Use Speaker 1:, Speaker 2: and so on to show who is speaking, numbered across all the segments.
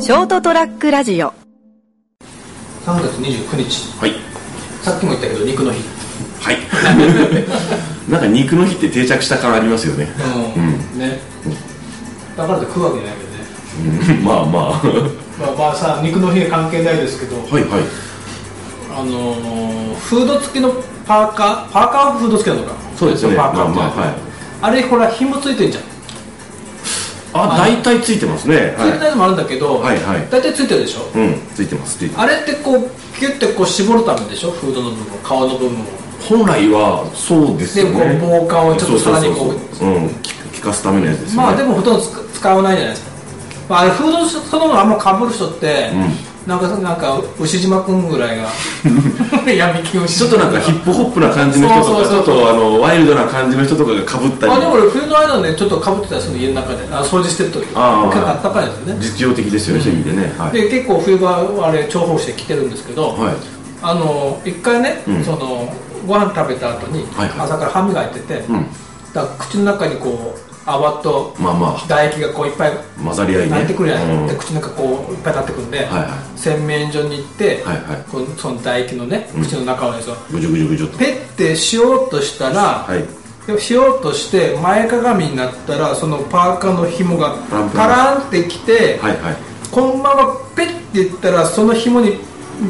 Speaker 1: ショートトラックラジオ
Speaker 2: 3月29日
Speaker 3: はい
Speaker 2: さっきも言ったけど肉の日
Speaker 3: はい なんか肉の日って定着した感ありますよね
Speaker 2: うんねだからって食うわけじゃないけどね
Speaker 3: うんまあ まあ
Speaker 2: まあ、まあさ肉の日は関係ないですけど
Speaker 3: はいはい
Speaker 2: あのーフード付きのパーカーパーカーはフード付きなのか
Speaker 3: そうですよね
Speaker 2: パーカーって
Speaker 3: まあまあはい
Speaker 2: あれほら紐ついてんじゃん、
Speaker 3: あ大体ついてますね
Speaker 2: ついてないのもあるんだけど、
Speaker 3: はいはい
Speaker 2: 大体ついてるでしょ、
Speaker 3: うんついてますついてま
Speaker 2: あれってこうギュッてこう絞るためでしょフードの部分を顔の部分を
Speaker 3: す本来はそうですよね
Speaker 2: でこう防寒をちょっとさらにこう
Speaker 3: そうそうそううん効効かすためのやつですよね
Speaker 2: まあでもほとんどつく使わないじゃないですか、まあ、あれフードそのものあんまかぶる人って、なんかなんか牛島君ぐら いが闇金牛
Speaker 3: ちょっとなんかヒップホップな感じの人と
Speaker 2: そう
Speaker 3: か
Speaker 2: そう
Speaker 3: ち
Speaker 2: そ
Speaker 3: ょ
Speaker 2: う
Speaker 3: っとあのワイルドな感じの人とかがかぶったり
Speaker 2: あでも俺冬の間ねちょっとかぶってたんですよ家の中であ掃除してる時結構
Speaker 3: ああ
Speaker 2: あったかいんですよね
Speaker 3: 実用的ですよねそういう意味でねはい
Speaker 2: で結構冬場はあれ重宝して着てるんですけど、
Speaker 3: はい
Speaker 2: あの一回ね、
Speaker 3: うん
Speaker 2: そのご飯食べた後に、
Speaker 3: はいはい
Speaker 2: 朝から歯磨いてて、
Speaker 3: うん
Speaker 2: だから口の中にこう泡と
Speaker 3: まあまあ
Speaker 2: 唾液がこういっぱい
Speaker 3: 混ざり合いね
Speaker 2: なってくるじゃないですか、
Speaker 3: うん
Speaker 2: で口の中こういっぱいなってくるんで、
Speaker 3: はいはい
Speaker 2: 洗面所に行って、
Speaker 3: はいはい
Speaker 2: このその唾液のね口の中をですよ、
Speaker 3: ぐじゅぐじゅぐじゅっと
Speaker 2: ペッてしようとしたら、
Speaker 3: はい
Speaker 2: でもしようとして前かがみになったらそのパーカーの紐が
Speaker 3: パランパ
Speaker 2: パ
Speaker 3: ラン
Speaker 2: ランってきて、
Speaker 3: はいはい
Speaker 2: このままペッていったらその紐に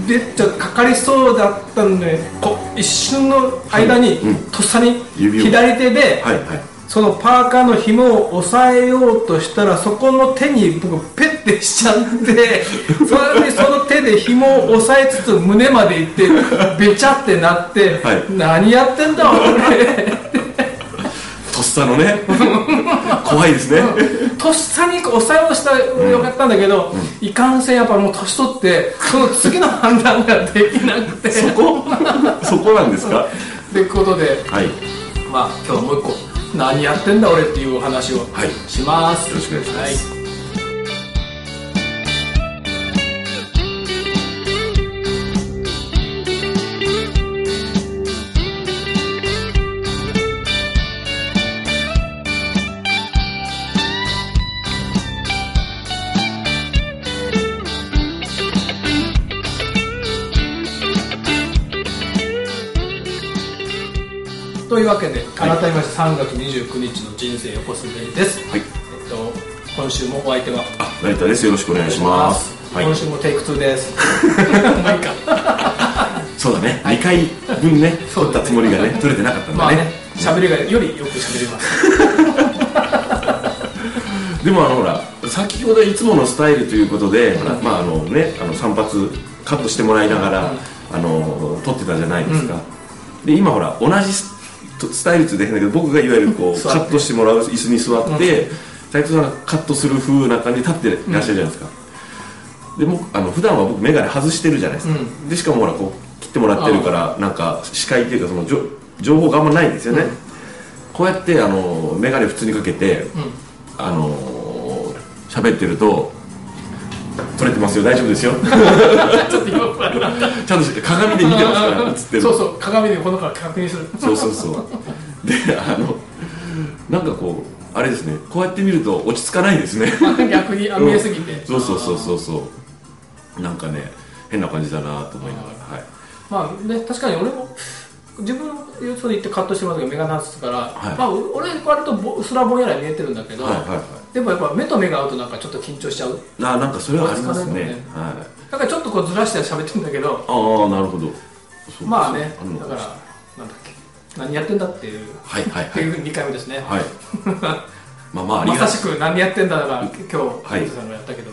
Speaker 2: べっちゃかかりそうだったのでこう一瞬の間に、
Speaker 3: うん
Speaker 2: とっさに
Speaker 3: 指を
Speaker 2: 左手で、
Speaker 3: はいはい
Speaker 2: そのパーカーの紐を押さえようとしたらそこの手に僕ペッてしちゃ ってそれでその手で紐を押さえつつ胸までいってべちゃってなって、
Speaker 3: はい
Speaker 2: 何やってんだ俺
Speaker 3: とっさ のね怖いですね
Speaker 2: とっさに押さえをしたらよかったんだけど、いかんせんやっぱもう年取ってその次の判断ができなくて
Speaker 3: そこそこなんですか
Speaker 2: ってことで
Speaker 3: はいよ
Speaker 2: まあ今日はもう一個何やってんだ俺っていうお話を
Speaker 3: はい
Speaker 2: します、
Speaker 3: ろしくお願いします
Speaker 2: はいというわけで改めまして3月29日の「人生横滑り」です、
Speaker 3: はい
Speaker 2: えっと、今週もお相手は
Speaker 3: あ成田ですよろしくお願いしますはい
Speaker 2: 今週もテイク2です まあいいか
Speaker 3: そうだね2回分ね
Speaker 2: そう
Speaker 3: 取
Speaker 2: だ
Speaker 3: っ
Speaker 2: ね
Speaker 3: たつもりがね取れてなかったん
Speaker 2: まあ
Speaker 3: だ
Speaker 2: ね
Speaker 3: ね
Speaker 2: 喋りがよりよく喋り ます
Speaker 3: でもあのほら先ほどいつものスタイルということで、ほらまああのねあの散髪カットしてもらいながら、あの撮ってたじゃないですか、で今ほら同じススタイルって言うと変だけど僕がいわゆるこう
Speaker 2: 座って
Speaker 3: カットしてもらう椅子に座って斉藤さんがカットする風な感じで立ってらっしゃるじゃないですか、で僕あの普段は僕眼鏡外してるじゃないですか、でしかもほらこう切ってもらってるからなんか視界っていうかそのじょ情報があんまないんですよね、こうやってあの眼鏡普通にかけて、あの喋ってると取れてますよ大丈 夫ですよ
Speaker 2: ちょっと今から
Speaker 3: ちゃんと鏡で見てますからつってる
Speaker 2: そうそう鏡でこのから確認す る
Speaker 3: そうそうそうであのなんかこうあれですねこうやって見ると落ち着かないですね
Speaker 2: 逆に あ見えすぎて
Speaker 3: そうそうそうそうそうなんかね変な感じだなと思いながらは
Speaker 2: ま
Speaker 3: い
Speaker 2: あね確かに俺も自分の要素に行ってカットしてますけど目が外すから、
Speaker 3: い
Speaker 2: まあ俺割とぼうすらぼんやり見えてるんだけど、
Speaker 3: はいはいは
Speaker 2: でもやっぱ目と目が合うとなんかちょっと緊張しちゃう
Speaker 3: いななんかそれはあります
Speaker 2: 落ち着か
Speaker 3: ね
Speaker 2: ないもんね
Speaker 3: はい
Speaker 2: だからちょっとこうずらして喋ってるんだけど
Speaker 3: ああなるほどそう
Speaker 2: まあね
Speaker 3: そうるの
Speaker 2: だから
Speaker 3: かもし
Speaker 2: な
Speaker 3: れない
Speaker 2: んだっけ何やってんだっていう
Speaker 3: はいはい
Speaker 2: って
Speaker 3: はい
Speaker 2: いう2回目ですね、
Speaker 3: はいまあまああり
Speaker 2: ま
Speaker 3: が
Speaker 2: さしく何やってんだが今日、
Speaker 3: はい
Speaker 2: 藤田さんがやったけど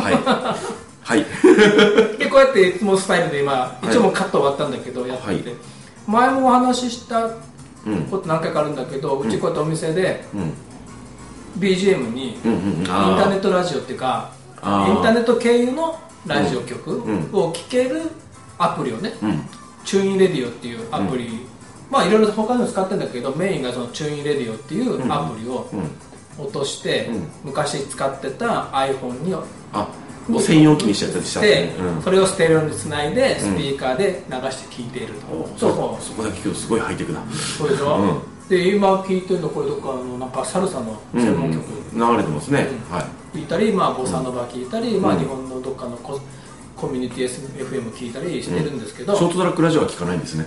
Speaker 3: はいはい
Speaker 2: でこうやっていつもスタイルで今
Speaker 3: い
Speaker 2: 一応もうカット終わったんだけどやってて、
Speaker 3: はい
Speaker 2: 前もお話しした
Speaker 3: うん
Speaker 2: こと何回かあるんだけど、うちこうやってお店で
Speaker 3: うん、
Speaker 2: BGM にイン
Speaker 3: うんうんうん
Speaker 2: タ
Speaker 3: あー
Speaker 2: ーネットラジオっていうかインタ
Speaker 3: あー
Speaker 2: ーネット経由のラジオ局
Speaker 3: うん
Speaker 2: を聴けるアプリをね、
Speaker 3: うん、
Speaker 2: チューンインレディオっていうアプリ、まあいろいろ他にも使ってるんだけどメインがそのチューンインレディオっていうアプリを
Speaker 3: うん、
Speaker 2: 落として、
Speaker 3: うん
Speaker 2: 昔使ってた iPhone に
Speaker 3: あもう専用機にしちゃったりしたん
Speaker 2: で
Speaker 3: ね、うん、
Speaker 2: それをステレオにつないでスピーカーで流して聴いていると、
Speaker 3: お
Speaker 2: そうそう
Speaker 3: そこだけ今日すごいハイテクだ
Speaker 2: そうでしょ、
Speaker 3: うん
Speaker 2: で今聴いてるのこれどっかあのなんかサルサの
Speaker 3: うん
Speaker 2: 専門曲
Speaker 3: 流れてますね、
Speaker 2: うん
Speaker 3: はい
Speaker 2: 聴いたり、まあ、ボサノバ聴いたり、ま
Speaker 3: う
Speaker 2: あ、
Speaker 3: ん
Speaker 2: 日本のどっかのココミュニティ FM 聴いたりしてるんですけど、
Speaker 3: ショートトラックラジオは聞かないんですね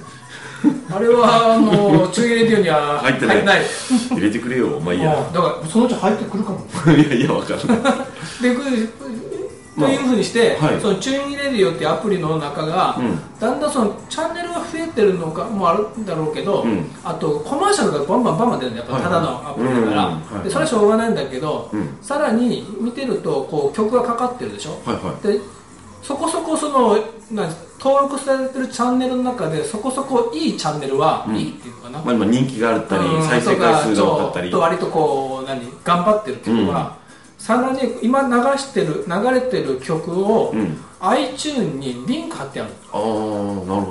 Speaker 2: あれはあ の中継レディオには
Speaker 3: 入
Speaker 2: 入
Speaker 3: っ
Speaker 2: ってて
Speaker 3: な
Speaker 2: ないい
Speaker 3: 入れてくれよまあいいや
Speaker 2: うんだからそのうち入ってくるかも
Speaker 3: いやいやわかる
Speaker 2: でく
Speaker 3: まあ
Speaker 2: というふうにして、
Speaker 3: はい
Speaker 2: そのチューニングレディオっていうアプリの中が、
Speaker 3: うん
Speaker 2: だんだんそのチャンネルが増えてるのかもあるんだろうけど、
Speaker 3: うん
Speaker 2: あとコマーシャルがバンバンバンバン出るんだよやっぱただのアプリだから、
Speaker 3: はいはいうんうん
Speaker 2: でそれはしょうがないんだけど、
Speaker 3: うん
Speaker 2: さらに見てるとこう曲がかかってるでしょ、
Speaker 3: はいは
Speaker 2: でそこそこそのなん登録されてるチャンネルの中でそこそこいいチャンネルは、
Speaker 3: うん
Speaker 2: いいっていうのかな、
Speaker 3: まあ今人気があったり
Speaker 2: うん
Speaker 3: 再生回数が多かったり
Speaker 2: とかちょっと割とこう何頑張ってる曲は、さらに今流してる流れてる曲を、
Speaker 3: うん
Speaker 2: iTune にリンク貼ってある
Speaker 3: ああなる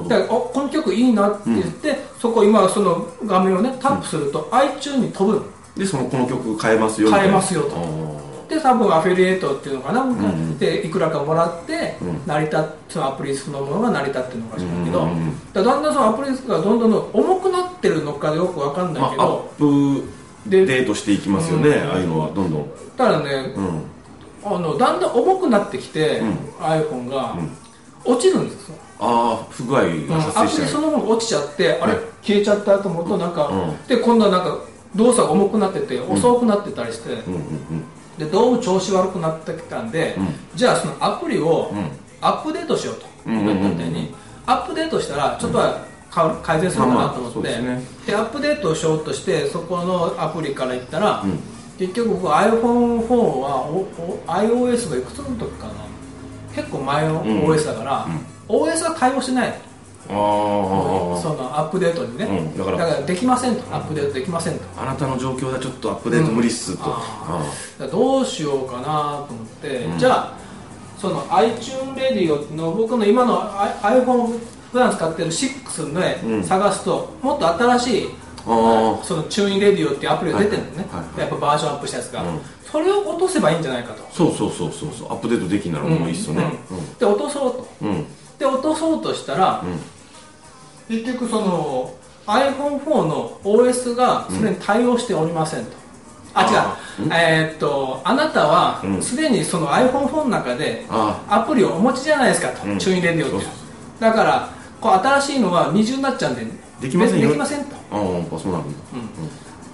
Speaker 3: ほ
Speaker 2: だ
Speaker 3: ど
Speaker 2: からおこの曲いいなって言って、そこ今その画面をねタップすると、iTune に飛ぶの
Speaker 3: でそのこの曲変えますよ
Speaker 2: 変えますよと
Speaker 3: あー
Speaker 2: で多分アフィリエイトっていうのかな、
Speaker 3: ん
Speaker 2: でいくらかもらって、
Speaker 3: うん
Speaker 2: 成り立っそのアプリそのものが成り立ってるのかしらんけど、
Speaker 3: うんうんうん
Speaker 2: だからだんだんそのアプリがどんどんどん重くなってるのかよくわかんない
Speaker 3: ま
Speaker 2: け
Speaker 3: あア
Speaker 2: ど、
Speaker 3: ップデ
Speaker 2: で
Speaker 3: ートしていきますよね、
Speaker 2: うん
Speaker 3: ああいうのはどんどん
Speaker 2: ただからね、
Speaker 3: うん
Speaker 2: あのだんだん重くなってきて、
Speaker 3: うん
Speaker 2: iPhone が
Speaker 3: ん
Speaker 2: 落ちるんですよ、
Speaker 3: ああ不具合が発
Speaker 2: ア
Speaker 3: 生
Speaker 2: プ
Speaker 3: し
Speaker 2: リ
Speaker 3: ちゃ
Speaker 2: そうのものが落ちちゃって、あれ
Speaker 3: うん
Speaker 2: 消えちゃったと思うとなんか、
Speaker 3: うん
Speaker 2: で今度はなんか動作が重くなってて遅くなってたりして、
Speaker 3: うんうんうん
Speaker 2: でどうも調子悪くなってきたんで、
Speaker 3: うん
Speaker 2: じゃあそのアプリを
Speaker 3: うん
Speaker 2: アップデートしようと
Speaker 3: うんうん
Speaker 2: 思
Speaker 3: う
Speaker 2: っ
Speaker 3: んうん
Speaker 2: たみたいにアップデートしたらちょっとはか、改善するかなと思って、
Speaker 3: まあまあそうですね
Speaker 2: でアップデートをしようとしてそこのアプリから行ったら、
Speaker 3: うん
Speaker 2: 結局僕 iPhone4 はおお iOS がいくつの時かな結構前の
Speaker 3: うん
Speaker 2: OS だから、OS は対応してない
Speaker 3: あーあー
Speaker 2: そのアップデートにね、
Speaker 3: うんだ
Speaker 2: だ
Speaker 3: か
Speaker 2: かららできませんとアップデートできませんとだか
Speaker 3: あなたの状況ではちょっとアップデート無理っすと、
Speaker 2: うん
Speaker 3: あ
Speaker 2: らどうしようかなと思って、
Speaker 3: うん
Speaker 2: じゃあその iTune レディオの僕の今の i- iPhone 普段使ってる6のね、
Speaker 3: うん
Speaker 2: 探すともっと新しい
Speaker 3: あー
Speaker 2: そのチューインレディオっていうアプリが出てるのね、
Speaker 3: はいはいはい
Speaker 2: やっぱバージョンアップしたやつが、
Speaker 3: うん
Speaker 2: それを落とせばいいんじゃないかと、
Speaker 3: そうそうそうそうそうアップデートできんならもういいっすよね
Speaker 2: うんで落とそうと
Speaker 3: うんうん
Speaker 2: で落とそうとしたら、
Speaker 3: うん
Speaker 2: 結局その iPhone4 の OS がそれに対応しておりませんと、あ
Speaker 3: あ
Speaker 2: 違うえーっとあなたは
Speaker 3: うん
Speaker 2: すでにその iPhone4 の中で
Speaker 3: あ
Speaker 2: アプリをお持ちじゃないですかと、
Speaker 3: うん
Speaker 2: チューインレディオって
Speaker 3: そう
Speaker 2: いう
Speaker 3: そう
Speaker 2: だからこう新しいのは二重になっちゃうんで
Speaker 3: できませんよ
Speaker 2: できませんと
Speaker 3: ああやっぱそうなるんだ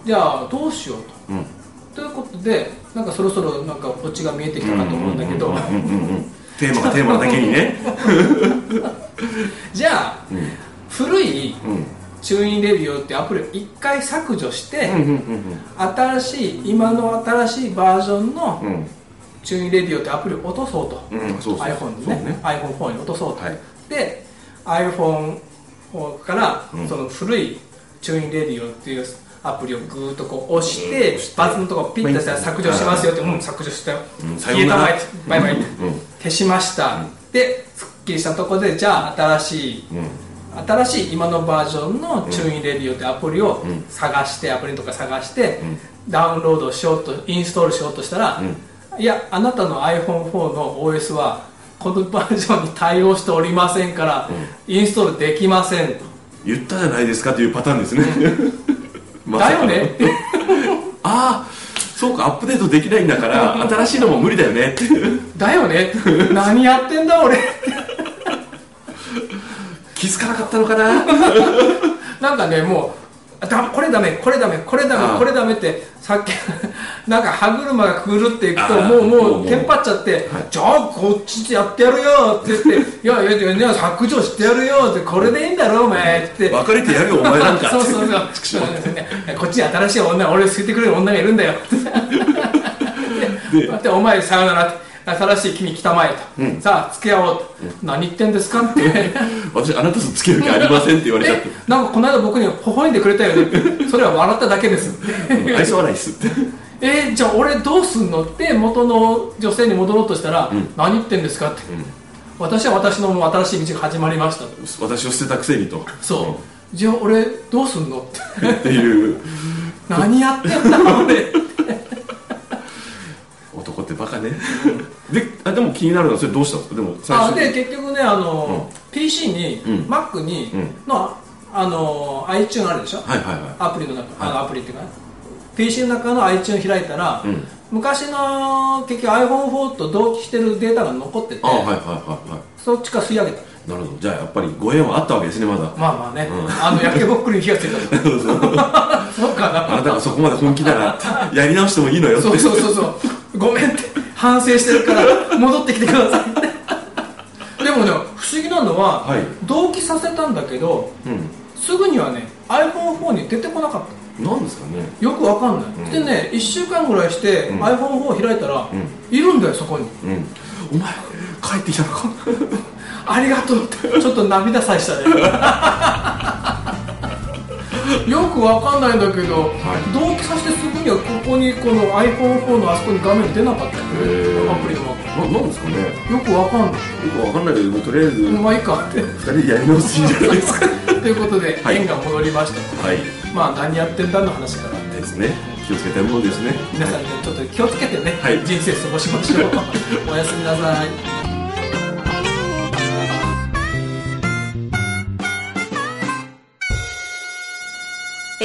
Speaker 2: じゃあどうしようと
Speaker 3: うん
Speaker 2: ということでなんかそろそろなんかオチが見えてきたかと思うんだけど、
Speaker 3: うんうんうんうんテーマがテーマだけにね
Speaker 2: じゃあ
Speaker 3: うん
Speaker 2: 古い
Speaker 3: うん
Speaker 2: チューインレディオってアプリを一回削除して、
Speaker 3: うんうんうん
Speaker 2: 新しい今の新しいバージョンの
Speaker 3: うん
Speaker 2: チューンレディオってアプリを落とそうと、
Speaker 3: うんそうそう
Speaker 2: iPhone に
Speaker 3: そう
Speaker 2: ね
Speaker 3: ね
Speaker 2: iPhone4 に落とそうと、
Speaker 3: はい
Speaker 2: で iPhone から
Speaker 3: うん
Speaker 2: その古いチューンレディオっていうアプリをグーッとこう押して、
Speaker 3: 押して
Speaker 2: バツのとこピッとしたら削除しますよって、
Speaker 3: うん
Speaker 2: うん、削除したよ、
Speaker 3: うんさ
Speaker 2: 消
Speaker 3: よう
Speaker 2: え
Speaker 3: な
Speaker 2: た
Speaker 3: ら
Speaker 2: バイバイバイ
Speaker 3: うん
Speaker 2: 消しました、でスッキリしたとこでじゃあ新しい
Speaker 3: うん
Speaker 2: 新しい今のバージョンのチューインレディオってアプリを
Speaker 3: うん
Speaker 2: 探して、アプリとか探して、
Speaker 3: ん
Speaker 2: ダウンロードしようとインストールしようとしたら、いやあなたの iPhone4 の OS はこのバージョンに対応しておりませんから、インストールできませんと
Speaker 3: 言ったじゃないですかというパターンですね まさ
Speaker 2: だ
Speaker 3: か
Speaker 2: よ
Speaker 3: の
Speaker 2: ねって
Speaker 3: ああそうかアップデートできないんだから新しいのも無理だよねって
Speaker 2: だよね何やってんだ俺
Speaker 3: 気づかなかったのかな
Speaker 2: なんかねもうだこれダメこれダメこれダ
Speaker 3: ああ
Speaker 2: メこれダメってさっきなんか歯車がくぐるっていくと
Speaker 3: ああ
Speaker 2: もう
Speaker 3: もう
Speaker 2: も
Speaker 3: も
Speaker 2: う
Speaker 3: う
Speaker 2: テンパっちゃって
Speaker 3: はい
Speaker 2: じゃあこっちでやってやるよって言っていやいやいやいや削除してやるよってこれでいいんだろお前って
Speaker 3: 別れてやるよお前なん か
Speaker 2: そうそうそうそうなんですねこっちに新しい女俺を救ってくれる女がいるんだよってでお前さよならって新しい君来たまえと、さあ付き合おうと、何言ってんですかって
Speaker 3: 私あなたと付き合う気ありませんって言われちゃっ
Speaker 2: えなんかこの間僕に微笑んでくれたよねそれは笑っただけです
Speaker 3: て愛想笑いっすって
Speaker 2: えじゃあ俺どうすんのって元の女性に戻ろうとしたら、何言ってんですかって、私は私の新しい道が始まりましたと
Speaker 3: 私を捨てたくせにと
Speaker 2: そう、じゃあ俺どうすんの って
Speaker 3: うんっていう
Speaker 2: 何やってんだ俺
Speaker 3: 男ってバカねであでも気になるのはそれどうしたんですかでも最
Speaker 2: あ
Speaker 3: 初
Speaker 2: で結局ねあの、PC に、
Speaker 3: ん
Speaker 2: Mac に、
Speaker 3: うん
Speaker 2: の iPhone あの iTune あるでしょ、
Speaker 3: はいはいは
Speaker 2: アプリの中、あのアプリっていうかね PC の中の iTune 開いたら、
Speaker 3: うん
Speaker 2: 昔の結局 iPhone4 と同期してるデータが残ってて
Speaker 3: いあはいはいはいは
Speaker 2: そっちから吸い上げた
Speaker 3: いなるほどじゃあやっぱりご縁はあったわけですねまだ
Speaker 2: まあ まあね、
Speaker 3: うん
Speaker 2: あの焼けぼっくりに火がついたと
Speaker 3: そうそう
Speaker 2: そうか な
Speaker 3: あなたがそこまで本気ならやり直してもいいのよって
Speaker 2: そうそうそうそうごめんって反省してるから戻ってきてくださいって でもね不思議なのは、
Speaker 3: はい
Speaker 2: 同期させたんだけど
Speaker 3: うん
Speaker 2: すぐにはね iPhone4 に出てこなかっ
Speaker 3: なんですかね
Speaker 2: たよくわかんない、
Speaker 3: うん
Speaker 2: でね1週間ぐらいして、
Speaker 3: うん
Speaker 2: iPhone4 開いたら、
Speaker 3: うん
Speaker 2: いるんだよそこに
Speaker 3: うんお前帰ってきたのか
Speaker 2: ありがとうってちょっと涙さえ したねよくわかんないんだけど、
Speaker 3: はい
Speaker 2: 同期させてすぐにはここにこの iPhone4 のあそこに画面出なかったよね
Speaker 3: へー
Speaker 2: アプリの中
Speaker 3: ななんですかねよ
Speaker 2: よくわかんない
Speaker 3: くわかんないけどもうとりあえず
Speaker 2: う
Speaker 3: 2
Speaker 2: まいか って
Speaker 3: 人でやり直すんじゃないですか
Speaker 2: ということで、
Speaker 3: はい
Speaker 2: 縁が戻りました
Speaker 3: はい
Speaker 2: まあ何やってんだの話から
Speaker 3: ですね気をつけたいものですね
Speaker 2: 皆さんねちょっと気をつけてね、
Speaker 3: はい
Speaker 2: 人生過ごしましょう おやすみなさい
Speaker 1: ー